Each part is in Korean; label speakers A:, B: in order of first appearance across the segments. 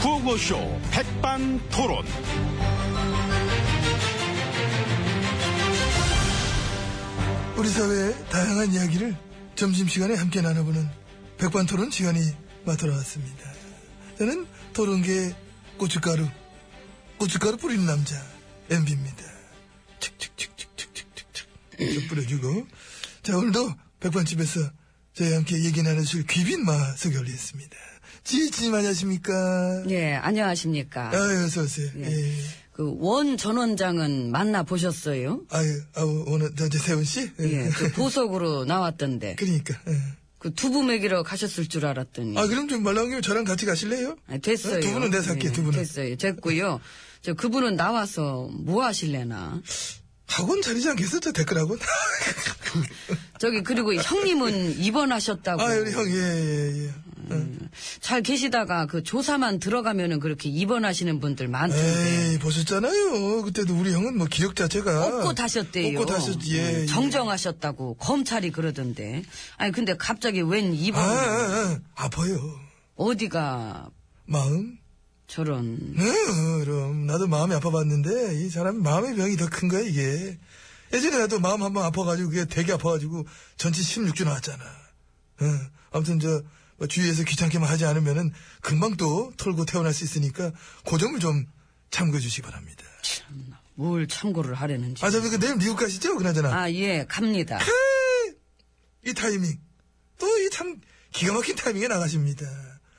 A: 구호쇼 백반토론.
B: 우리 사회의 다양한 이야기를 점심시간에 함께 나눠보는 백반토론 시간이 돌아왔습니다. 저는 토론계의 고춧가루, 고춧가루 뿌리는 남자 MB입니다. 칙칙칙칙칙칙칙 쭉 뿌려주고 자 오늘도 백반집에서 저희와 함께 얘기 나누실 귀빈 마석이 올리겠습니다. 지혜진님 안녕하십니까?
C: 예, 안녕하십니까.
B: 아유 어서오세요. 예.
C: 그 원 전원장은 만나 보셨어요?
B: 아유 아우 오늘 저 이제 세훈씨?
C: 예, 그 보석으로 나왔던데.
B: 그러니까 예.
C: 그 두부 먹이러 가셨을 줄 알았더니.
B: 아, 그럼 좀 말랑님 저랑 같이 가실래요?
C: 아니, 됐어요.
B: 두 분은 내가 살게요,
C: 예,
B: 두 분은.
C: 됐어요. 됐고요. 저 그분은 나와서 뭐 하실래나.
B: 학원 차리지 않겠어요? 댓글학원?
C: 저기 그리고 형님은 입원하셨다고.
B: 아, 우리 형, 예, 예, 예.
C: 음, 잘 계시다가 그 조사만 들어가면은 그렇게 입원하시는 분들 많던데.
B: 예. 에이, 보셨잖아요. 그때도 우리 형은 뭐 기력 자체가.
C: 엎고 다셨대요. 음,
B: 고 다셨지, 예. 예.
C: 정정하셨다고 검찰이 그러던데. 아니 근데 갑자기 웬
B: 아,
C: 입원?
B: 아, 아, 아파요.
C: 어디가
B: 마음?
C: 저런
B: 네, 그럼. 나도 마음이 아파봤는데, 이 사람 마음의 병이 더 큰 거야, 이게. 예전에 나도 마음 한번 아파가지고, 그게 되게 아파가지고, 전치 16주 나왔잖아. 응. 아무튼, 저, 뭐 주위에서 귀찮게만 하지 않으면은, 금방 또 털고 태어날 수 있으니까, 그 점을 좀 참고해 주시기 바랍니다.
C: 뭘 참고를 하려는지.
B: 아, 저기 그 내일 미국 가시죠? 그나저나.
C: 아, 예, 갑니다.
B: 이 타이밍. 또 이 참 기가 막힌 타이밍에 나가십니다.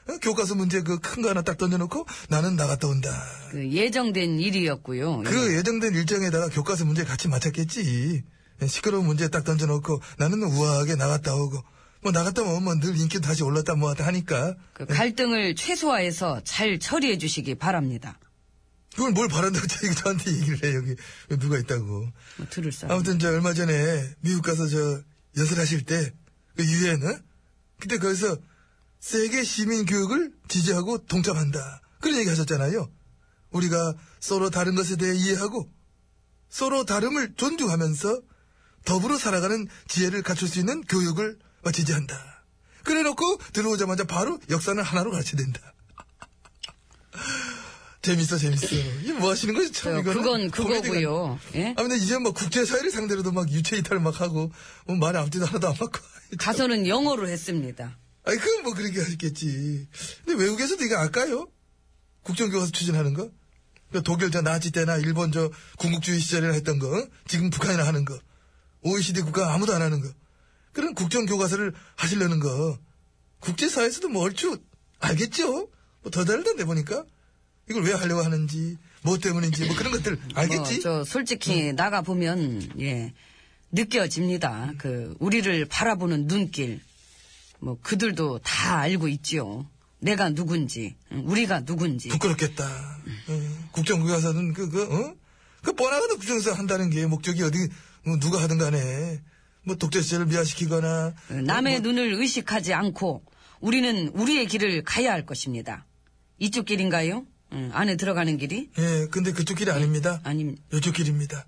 B: 어? 교과서 문제 그 큰 거 하나 딱 던져놓고 나는 나갔다 온다.
C: 그 예정된 일이었고요. 예.
B: 그 예정된 일정에다가 교과서 문제 같이 맞췄겠지. 예, 시끄러운 문제 딱 던져놓고 나는 뭐 우아하게 나갔다 오고 뭐 나갔다 오면 뭐늘 인기도 다시 올랐다 뭐다 하니까
C: 그 갈등을 최소화해서 잘 처리해 주시기 바랍니다.
B: 그걸 뭘 바란다고 저기 저한테 얘기를 해 여기 누가 있다고.
C: 뭐 들을 사람.
B: 아무튼 저 얼마 전에 미국 가서 저 연설하실 때그 유엔 어? 그때 거기서 세계 시민 교육을 지지하고 동참한다 그런 얘기 하셨잖아요. 우리가 서로 다른 것에 대해 이해하고 서로 다름을 존중하면서 더불어 살아가는 지혜를 갖출 수 있는 교육을 지지한다. 그래놓고 들어오자마자 바로 역사는 하나로 가르쳐야 된다. 재밌어 재밌어. 이게 뭐 하시는 거지 참
C: 저,
B: 이거는
C: 그건
B: 코미디가
C: 그거고요. 예?
B: 아, 근데 이제 뭐 국제사회를 상대로도 막 유체 이탈 막 하고, 뭐 말에 앞뒤도 하나도 안 맞고.
C: 가서는 영어로 했습니다.
B: 아니, 그건 뭐 그렇게 하셨겠지. 근데 외국에서도 이거 아까요? 국정교과서 추진하는 거? 그 독일 저 나치 때나 일본 저 군국주의 시절이나 했던 거, 어? 지금 북한이나 하는 거. OECD 국가 아무도 안 하는 거. 그런 국정교과서를 하시려는 거. 국제사회에서도 뭐 얼추 알겠죠? 뭐 더 다르던데 보니까. 이걸 왜 하려고 하는지, 뭐 때문인지, 뭐 그런 것들 알겠지? 음.
C: 뭐, 저 솔직히 나가 보면 예 느껴집니다. 그 우리를 바라보는 눈길. 뭐 그들도 다 알고 있지요. 내가 누군지, 우리가 누군지.
B: 부끄럽겠다. 예. 국정교과서는 그, 그, 어? 그 뻔하거든, 국정교사 한다는 게 목적이 어디, 뭐 누가 하든 간에. 뭐 독재시절을 미화시키거나.
C: 어, 남의 눈을 의식하지 않고 우리는 우리의 길을 가야 할 것입니다. 이쪽 길인가요? 응, 안에 들어가는 길이?
B: 예, 근데 그쪽 길이 아닙니다.
C: 아님
B: 요쪽 길입니다.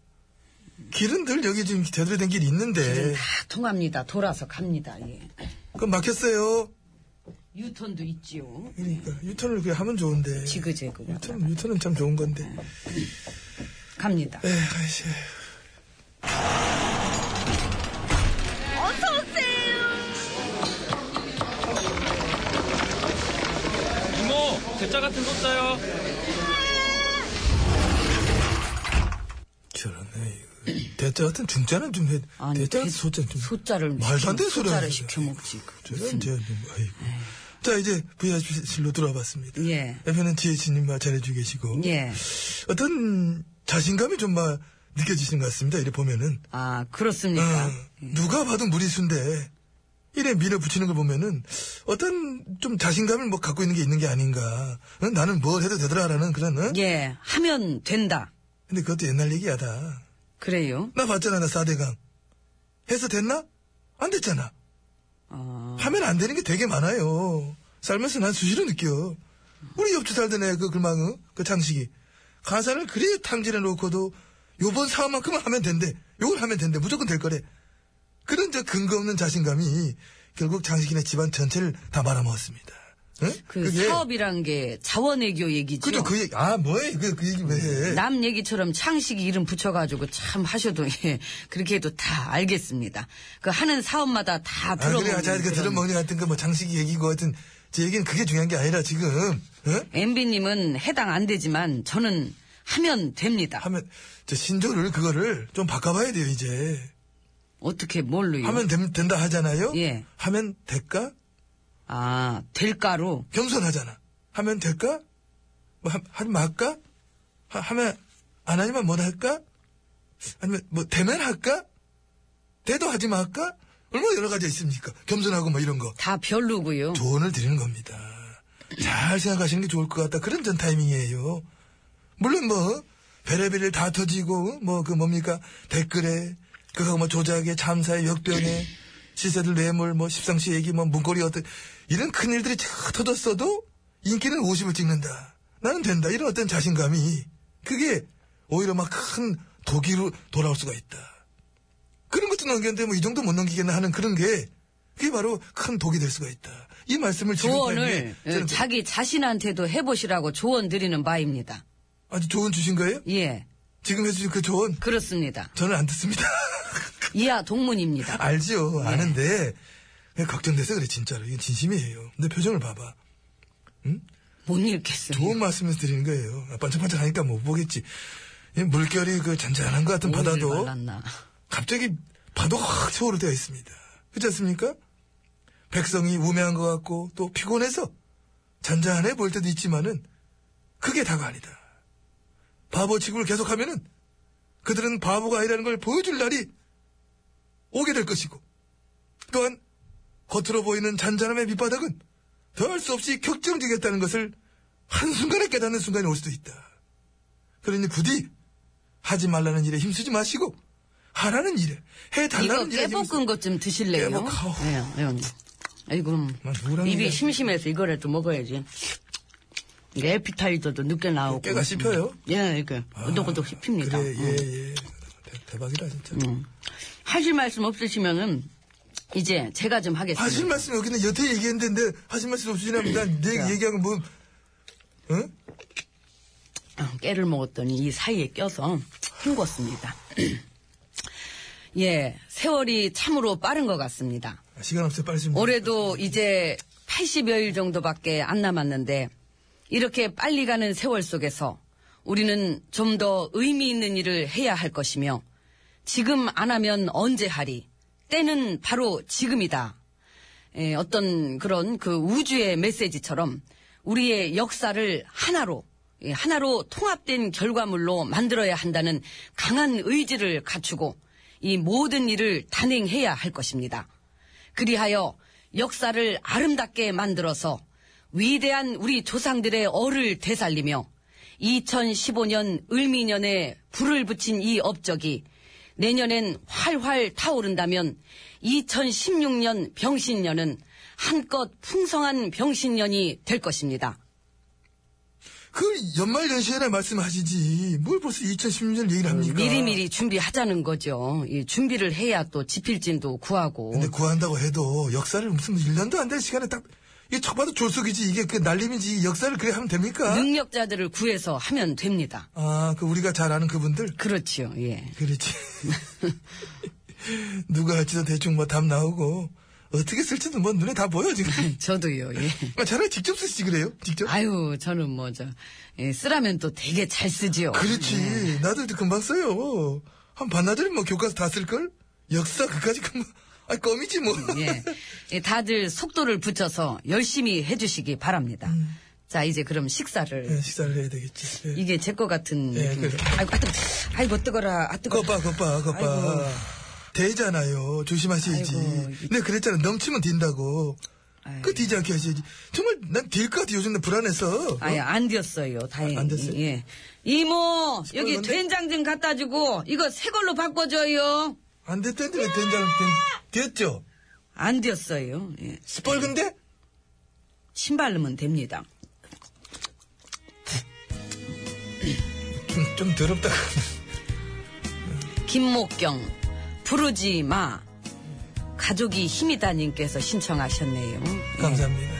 B: 길은 늘 여기 지금 제대로 된 길이 있는데.
C: 다 통합니다. 돌아서 갑니다. 예.
B: 그건 막혔어요.
C: 유턴도 있지요.
B: 그러니까. 유턴을 그냥 하면 좋은데.
C: 지그재그가
B: 유턴, 유턴은 참 좋은 건데.
C: 갑니다.
B: 에, 아이씨.
D: 이모, 어, 대짜 같은 거 짜요.
B: 저러네, 이거. 대자 같은 중자는 좀 해. 대자 같은
C: 대-
B: 소자 좀.
C: 소자를
B: 말도 안 되는 소리
C: 소자를
B: 하는
C: 시켜
B: 거야.
C: 먹지. 그
B: 저는
C: 무슨-
B: 이제, 아이고. 자, 이제 VIP실로 들어와 봤습니다.
C: 네. 예.
B: 옆에는 지혜진님 말 잘해주고 계시고.
C: 예.
B: 어떤 자신감이 좀 막 느껴지시는 것 같습니다. 이래 보면은.
C: 아 예. 그렇습니까?
B: 어, 누가 봐도 무리수인데, 이래 밀어붙이는 걸 보면은, 어떤 좀 자신감을 뭐 갖고 있는 게 있는 게 아닌가. 어? 나는 뭘 해도 되더라라는 그런, 어?
C: 예. 하면 된다.
B: 근데 그것도 옛날 얘기야, 다.
C: 그래요.
B: 나 봤잖아, 나 4대강. 해서 됐나? 안 됐잖아.
C: 어,
B: 하면 안 되는 게 되게 많아요. 살면서 난 수시로 느껴. 우리 옆주 살던 애, 그 글망은, 그 장식이. 가사를 그리 탕진해 놓고도, 요번 사업만큼은 하면 된대. 요걸 하면 된대. 무조건 될 거래. 그런 저 근거 없는 자신감이 결국 장식이네 집안 전체를 다 말아먹었습니다. 응?
C: 그
B: 그게- 예.
C: 사업이란 게 자원외교 얘기죠.
B: 그죠, 그 얘기, 아, 뭐해? 그, 그 얘기 왜 해?
C: 남 얘기처럼 창식이 이름 붙여가지고 참 하셔도 예, 그렇게 해도 다 알겠습니다. 그 하는 사업마다 다
B: 아,
C: 들어보는
B: 그래, 자, 그
C: 그런-
B: 들어먹니 같은 거, 뭐, 장식이 얘기고 하여튼, 제 얘기는 그게 중요한 게 아니라, 지금, 어? 응?
C: MB님은 해당 안 되지만 저는 하면 됩니다.
B: 하면, 저 신조를, 그거를 좀 바꿔봐야 돼요, 이제.
C: 어떻게 뭘로요?
B: 하면 됨- 된다 하잖아요?
C: 예.
B: 하면 될까?
C: 아 될까로
B: 겸손하잖아. 하면 될까? 뭐, 하, 하지 말까? 하, 하면, 안 하지만 못 할까? 아니면, 뭐, 되면 할까? 돼도 하지 말까? 얼마나 여러 가지 있습니까? 겸손하고 뭐 이런 거.
C: 다 별로고요.
B: 조언을 드리는 겁니다. 잘 생각하시는 게 좋을 것 같다. 그런 전 타이밍이에요. 물론 뭐, 베레베를 다 터지고, 뭐, 그 뭡니까, 댓글에, 그거 뭐 조작에, 잠사에, 역병에, 시세들 뇌물, 뭐, 십상시 얘기, 뭐, 문고리 어떤, 이런 큰 일들이 쫙 터졌어도, 인기는 50을 찍는다. 나는 된다. 이런 어떤 자신감이, 그게, 오히려 막 큰 독이로 돌아올 수가 있다. 그런 것도 넘겼는데 뭐 이 정도 못 넘기겠나 하는 그런 게 그게 바로 큰 독이 될 수가 있다. 이 말씀을 지금
C: 조언을
B: 드리는 게 저는
C: 예, 자기 자신한테도 해보시라고 조언 드리는 바입니다.
B: 아주 좋은 주신 거예요?
C: 예
B: 지금 해주신 그 조언
C: 그렇습니다.
B: 저는 안 듣습니다.
C: 이하 동문입니다.
B: 알지요,
C: 예.
B: 아는데 그냥 걱정돼서 그래 진짜로 이건 진심이에요. 내 표정을 봐봐.
C: 못 읽겠어요.
B: 좋은 말씀을 드리는 거예요. 아, 반짝반짝하니까 못 보겠지. 이 물결이 그 잔잔한 것 같은
C: 오늘 예,
B: 바다도
C: 말랐나.
B: 갑자기 파도가 확 세월호 되어 있습니다. 그렇지 않습니까? 백성이 우매한 것 같고 또 피곤해서 잔잔해 보일 때도 있지만은 그게 다가 아니다. 바보 취급을 계속하면은 그들은 바보가 아니라는 걸 보여줄 날이 오게 될 것이고 또한 겉으로 보이는 잔잔함의 밑바닥은 더할 수 없이 격정지겠다는 것을 한순간에 깨닫는 순간이 올 수도 있다. 그러니 부디 하지 말라는 일에 힘쓰지 마시고 하라는 일에
C: 이거
B: 해달라는 일에
C: 깨볶은 것 좀 드실래요?
B: 깨볶아.
C: 예, 예. 아이고
B: 나 누구랑
C: 입이
B: 얘기해?
C: 심심해서 이거라도 먹어야지. 이게 에피타이저도 늦게 나오고
B: 깨가 씹혀요? 아,
C: 예, 이게 오독오독 씹힙니다. 음.
B: 그래,
C: 어.
B: 예, 예. 대- 대박이다, 진짜.
C: 하실 말씀 없으시면은 이제 제가 좀 하겠습니다.
B: 하실 말씀 여기는 여태 얘기했는데, 내 하실 말씀 없으시랍니다. 내 얘기하고 뭐, 응?
C: 어, 깨를 먹었더니 이 사이에 껴서 헹궜습니다. 예, 세월이 참으로 빠른 것 같습니다.
B: 아, 시간 없어, 빨리 좀.
C: 올해도 이제 80여일 정도밖에 안 남았는데 이렇게 빨리 가는 세월 속에서 우리는 좀 더 의미 있는 일을 해야 할 것이며 지금 안 하면 언제 하리 때는 바로 지금이다. 예, 어떤 그런 그 우주의 메시지처럼 우리의 역사를 하나로 예, 하나로 통합된 결과물로 만들어야 한다는 강한 의지를 갖추고 이 모든 일을 단행해야 할 것입니다. 그리하여 역사를 아름답게 만들어서 위대한 우리 조상들의 얼을 되살리며 2015년 을미년에 불을 붙인 이 업적이 내년엔 활활 타오른다면 2016년 병신년은 한껏 풍성한 병신년이 될 것입니다.
B: 그 연말 연시에나 말씀하시지. 뭘 벌써 2016년 얘기를 합니까?
C: 미리미리 준비하자는 거죠. 이 준비를 해야 또 지필진도 구하고.
B: 근데 구한다고 해도 역사를 무슨 1년도 안 될 시간에 딱, 이게 척 봐도 졸속이지. 이게 그 날림이지. 이 역사를 그래 하면 됩니까?
C: 능력자들을 구해서 하면 됩니다.
B: 아, 그 우리가 잘 아는 그분들.
C: 그렇지요. 예.
B: 그렇지. 누가 할지도 대충 뭐 답 나오고, 어떻게 쓸지도 뭐 눈에 다 보여, 지금.
C: 저도요. 예.
B: 아, 차라리 직접 쓰시지 그래요? 직접?
C: 아유, 저는 뭐, 저, 예, 쓰라면 또 되게 잘 쓰지요.
B: 그렇지.
C: 음.
B: 나도 이제 금방 써요. 한 반나절 뭐 교과서 다 쓸걸? 역사 그까지 금방. 아, 껌이지 뭐.
C: 예. 예, 다들 속도를 붙여서 열심히 해주시기 바랍니다.
B: 음.
C: 자, 이제 그럼 식사를.
B: 예, 식사를 해야 되겠지. 예.
C: 이게 제 거 같은.
B: 예,
C: 느낌.
B: 그래.
C: 아이고, 아, 뜨거 아이고, 뜨거라. 아, 뜨거
B: 거봐, 거봐, 거봐.
C: 아이고.
B: 되잖아요. 조심하셔야지.
C: 아이고, 이-
B: 내가 그랬잖아. 넘치면 딘다고.
C: 아이.
B: 그 뒤지 않게 하셔야지. 정말 난 딜 것 같아. 요즘 나 불안해서.
C: 아유, 안 되었어요. 다행히.
B: 아, 안 됐어요?
C: 예. 이모, 여기
B: 뭔데?
C: 된장 좀 갖다 주고, 이거 새 걸로 바꿔줘요.
B: 안 됐던데 왜 된장, 된, 됐죠?
C: 안 되었어요. 예.
B: 시뻘근데?
C: 신발 넣으면 됩니다.
B: 좀, 좀 더럽다.
C: 김목경 부르지 마 가족이 힘이다님께서 신청하셨네요.
B: 감사합니다.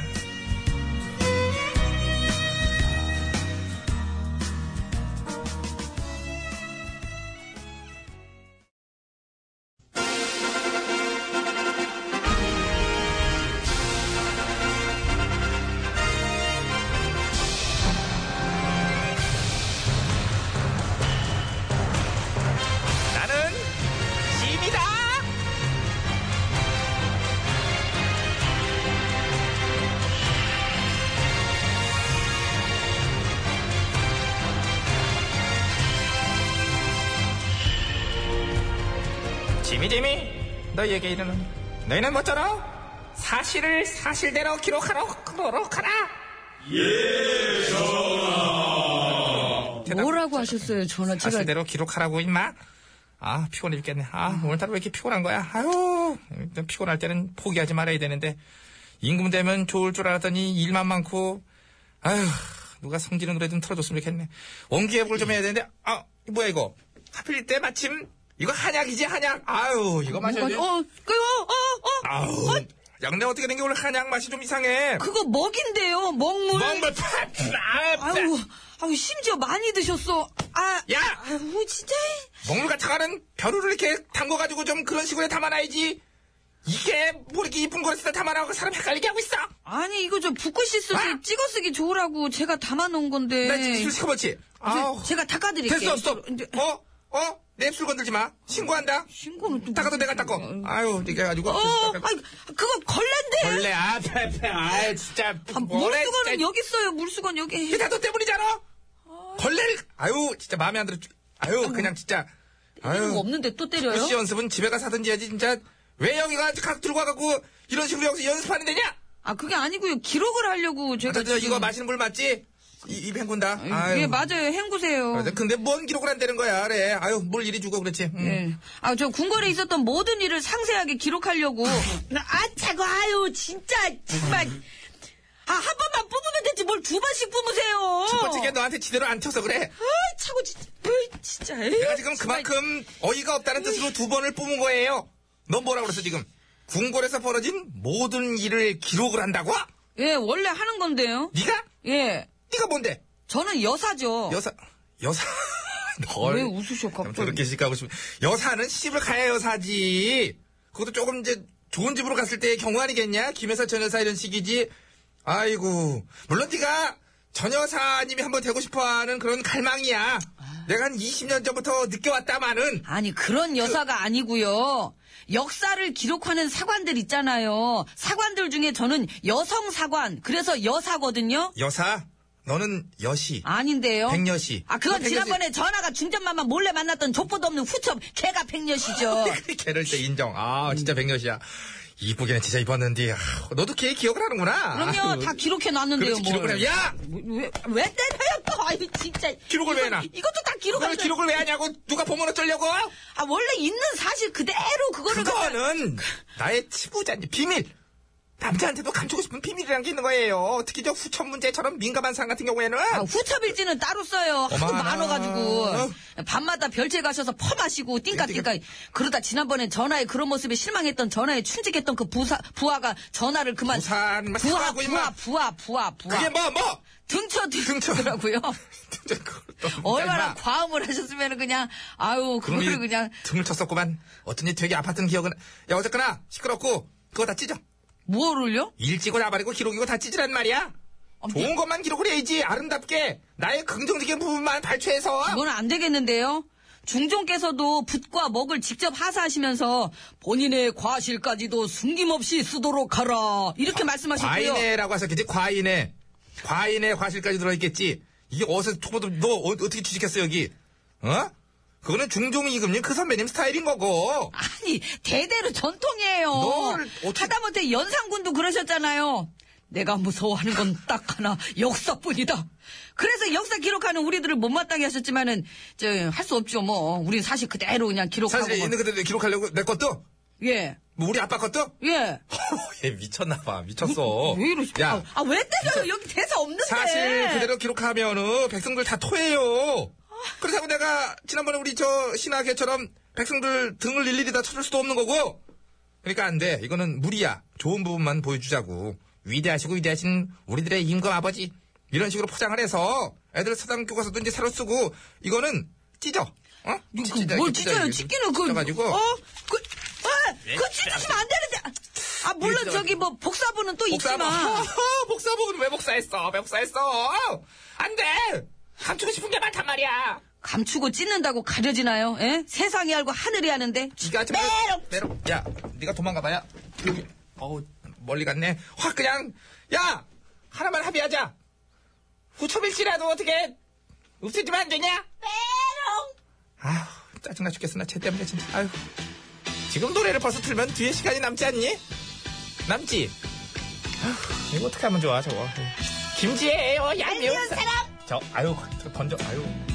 E: 지미 지미 너희에게 이르는 너희는 뭐처럼 사실을 사실대로 기록하러 그러러 가라. 예 전하.
C: 뭐라고 하셨어요, 전화 제가.
E: 사실대로 아, 기록하라고 임마. 아 피곤해 죽겠네. 아 오늘따라 왜 이렇게 피곤한 거야? 아유 일단 피곤할 때는 포기하지 말아야 되는데 임금 되면 좋을 줄 알았더니 일만 많고 아휴 누가 성지는 노래 좀 틀어줬으면 좋겠네. 원기 회복을 좀 해야 되는데 아 뭐야 이거 하필 때 마침 이거 한약이지 한약. 아유 이거 마셔야 돼.
C: 뭐가- 어, 그, 어, 어, 어.
E: 아우 양내 어떻게 된 게 오늘 한약 맛이 좀 이상해.
C: 그거 먹인데요, 먹물.
E: 뭔가 팍!
C: 아우, 아우, 심지어 많이 드셨어. 아,
E: 야!
C: 아우, 진짜.
E: 먹물 같은 거는 벼루를 이렇게 담궈가지고 좀 그런 식으로 담아놔야지. 이게 뭐 이렇게 이쁜 거에다 담아놔고 사람 헷갈리게 하고 있어.
C: 아니, 이거 저 붓글씨 쓰기,
E: 아!
C: 찍어 쓰기 좋으라고 제가 담아놓은 건데.
E: 나 지금 시커멓지? 아우.
C: 제가 닦아드릴게요.
E: 됐어, 됐어.
C: 이제-
E: 어? 어? 내 입술 건들지 마. 신고한다.
C: 신고는 또.
E: 닦아도 내가 닦어. 아유, 이게 가지고.
C: 어, 어, 아, 그거 걸레인데.
E: 음. 벌레, 아, 페페, 아, 진짜.
C: 아,
E: 뭐래,
C: 물수건은
E: 진짜.
C: 여기 있어요, 물수건 여기.
E: 이게 다 너 때문이잖아. 걸레를, 아유, 진짜 마음에 어? 안 들어. 아유, 그냥 진짜.
C: 이런 거
E: 아유.
C: 없는데 또 때려요?
E: 글씨 연습은 집에 가서 하든지 해야지, 진짜. 왜 여기가 각 들고 와갖고 이런 식으로 여기서 연습하는 데냐?
C: 아, 그게 아니고요. 기록을 하려고 제가.
E: 아, 저, 저,
C: 지금-
E: 이거 마시는 물 맞지? 이, 입 헹군다. 음. 아유.
C: 예, 맞아요. 헹구세요.
E: 맞아. 근데 뭔 기록을 한다는 거야, 그래. 아유, 물 이리 주고, 그렇지. 음.
C: 예. 아, 저 궁궐에 있었던 모든 일을 상세하게 기록하려고. 아, 차고, 아유, 진짜, 정말. 아, 한 번만 뿜으면 됐지, 뭘 두 번씩 뿜으세요.
E: 첫 번째 게 너한테 제대로 안 튀어서 그래.
C: 아, 차고, 진짜. 으이, 진짜. 에이,
E: 내가 지금 그만큼 어이가 없다는 뜻으로 두 번을 뿜은 거예요. 넌 뭐라 그랬어, 지금? 궁궐에서 벌어진 모든 일을 기록을 한다고?
C: 예, 원래 하는 건데요.
E: 네가?
C: 예.
E: 네가 뭔데?
C: 저는 여사죠.
E: 여사, 여사. 널.
C: 왜 웃으셔, 갑자기.
E: 저렇게 시집가고 싶은. 여사는 시집을 가야 여사지. 그것도 조금 이제 좋은 집으로 갔을 때의 경우 아니겠냐? 김여사, 전여사 이런 식이지. 아이고. 물론 네가 전여사님이 한번 되고 싶어 하는 그런 갈망이야. 내가 한 20년 전부터 느껴왔다마는.
C: 아니, 그런 여사가 아니고요. 역사를 기록하는 사관들 있잖아요. 사관들 중에 저는 여성 사관, 그래서 여사거든요.
E: 여사, 너는 여시.
C: 아닌데요.
E: 백여시.
C: 아, 그건
E: 백여시.
C: 지난번에 전화가 중전만만 몰래 만났던 족보도 없는 후첩, 걔가
E: 아,
C: 백녀시죠.
E: 걔를 때 인정. 아, 진짜
C: 음.
E: 백여시야. 이쁘기는 진짜 이뻤는데. 아, 너도 걔 기억을 하는구나.
C: 그럼요,
E: 아유.
C: 다 기록해 놨는데요,
E: 그렇지, 기록을 해. 야!
C: 왜, 왜 때려요, 또? 아유, 진짜.
E: 기록을 왜 해놔?
C: 이것도 다
E: 그걸
C: 기록하는
E: 기록을 왜 하냐고 누가 보면 어쩌려고
C: 아, 원래 있는 사실 그대로 그거를. 갖다-
E: 그거는 나의 치부자니 비밀 남자한테도 감추고 싶은 비밀이라는 게 있는 거예요 특히 저 후천 문제처럼 민감한 사람 같은 경우에는
C: 아, 후첩일지는 따로 써요. 하도
E: 어마나.
C: 많아가지고. 밤마다 별채 가셔서 퍼마시고, 띵까띵까. 그러다 지난번에 전화의 그런 모습에 실망했던 전화에 춘직했던 그 부사, 부하가 전화를 그만.
E: 부사, 인마,
C: 부하,
E: 사과하고, 인마.
C: 부하, 부하, 부하, 부하.
E: 그게 뭐 뭐
C: 등쳐
E: 등쳐.
C: 드더라고요.
E: 진짜 그걸 또 뭔가
C: 얼마나
E: 임마.
C: 과음을 하셨으면 그냥 아유
E: 그놈이
C: 그거를 그냥
E: 등을 쳤었구만 어쩐지 되게 아팠던 기억은 야 어쨌거나 시끄럽고 그거 다 찢어
C: 뭐를요?
E: 일찍고 나발이고 기록이고 다 찢으란 말이야
C: 어,
E: 좋은 것만 기록을 해야지 아름답게 나의 긍정적인 부분만 발췌해서
C: 그건 안 되겠는데요. 중종께서도 붓과 먹을 직접 하사하시면서 본인의 과실까지도 숨김없이 쓰도록 하라 이렇게 말씀하셨고요.
E: 아, 과인애라고 하셨겠지? 과인애. 과인애 과실까지 들어있겠지? 이게 어디서 초보도 너 어, 떻게 취직했어 여기? 어? 그거는 중종 이금님 그 선배님 스타일인 거고.
C: 아니 대대로 전통이에요.
E: 너를 어떻게-
C: 하다못해 연산군도 그러셨잖아요. 내가 무서워하는 건 딱 하나 역사뿐이다. 그래서 역사 기록하는 우리들을 못마땅해 하셨지만은 저할 수 없죠 뭐. 우린 사실 그대로 그냥 기록하고. 뭐.
E: 사실 있는 그대로 기록하려고 내 것도
C: 예
E: 뭐 우리 아빠 것도
C: 예.
E: 얘 미쳤나봐 미쳤어.
C: 왜 이러시?
E: 야
C: 아왜 때려요? 여기 대사 없는데.
E: 사실
C: 네.
E: 그대로 기록하면은 백성들 다 토해요. 그렇다고 내가 지난번에 우리 저 신하계처럼 백성들 등을 일일이 다 쳐줄 수도 없는 거고. 그러니까 안 돼. 이거는 무리야. 좋은 부분만 보여주자고. 위대하시고 위대하신 우리들의 임금 아버지 이런 식으로 포장을 해서 애들 사당 교과서도 이제 새로 쓰고 이거는 찢어. 어?
C: 이거
E: 찢-
C: 뭐, 그 뭘
E: 찢어,
C: 찢어요?
E: 이게.
C: 찢기는 그
E: 찢어가지고
C: 어? 그 아, 그 찢으시면 안 되는데. 아 물론
E: 찢어.
C: 저기 뭐 복사본은 또
E: 복사본.
C: 있지만.
E: 복사본 왜 복사했어? 왜 복사했어? 안 돼. 감추고 싶은 게 많단 말이야.
C: 감추고 찢는다고 가려지나요? 예? 세상이 알고 하늘이 아는데
E: 네가 좀
C: 메롱!
E: 메롱 야 네가 도망가봐야 여기 어우 멀리 갔네 확 그냥 야 하나만 합의하자 후초밀씨라도 어떻게 없애지면 안 되냐 메롱 아휴 짜증나 죽겠어 나 쟤 때문에 진짜 아휴 지금 노래를 벌써 틀면 뒤에 시간이 남지 않니? 남지? 아휴, 이거 어떻게 하면 좋아, 저거. 김지혜예요, 얄미운 사람! 저, 아유, 던져, 아유.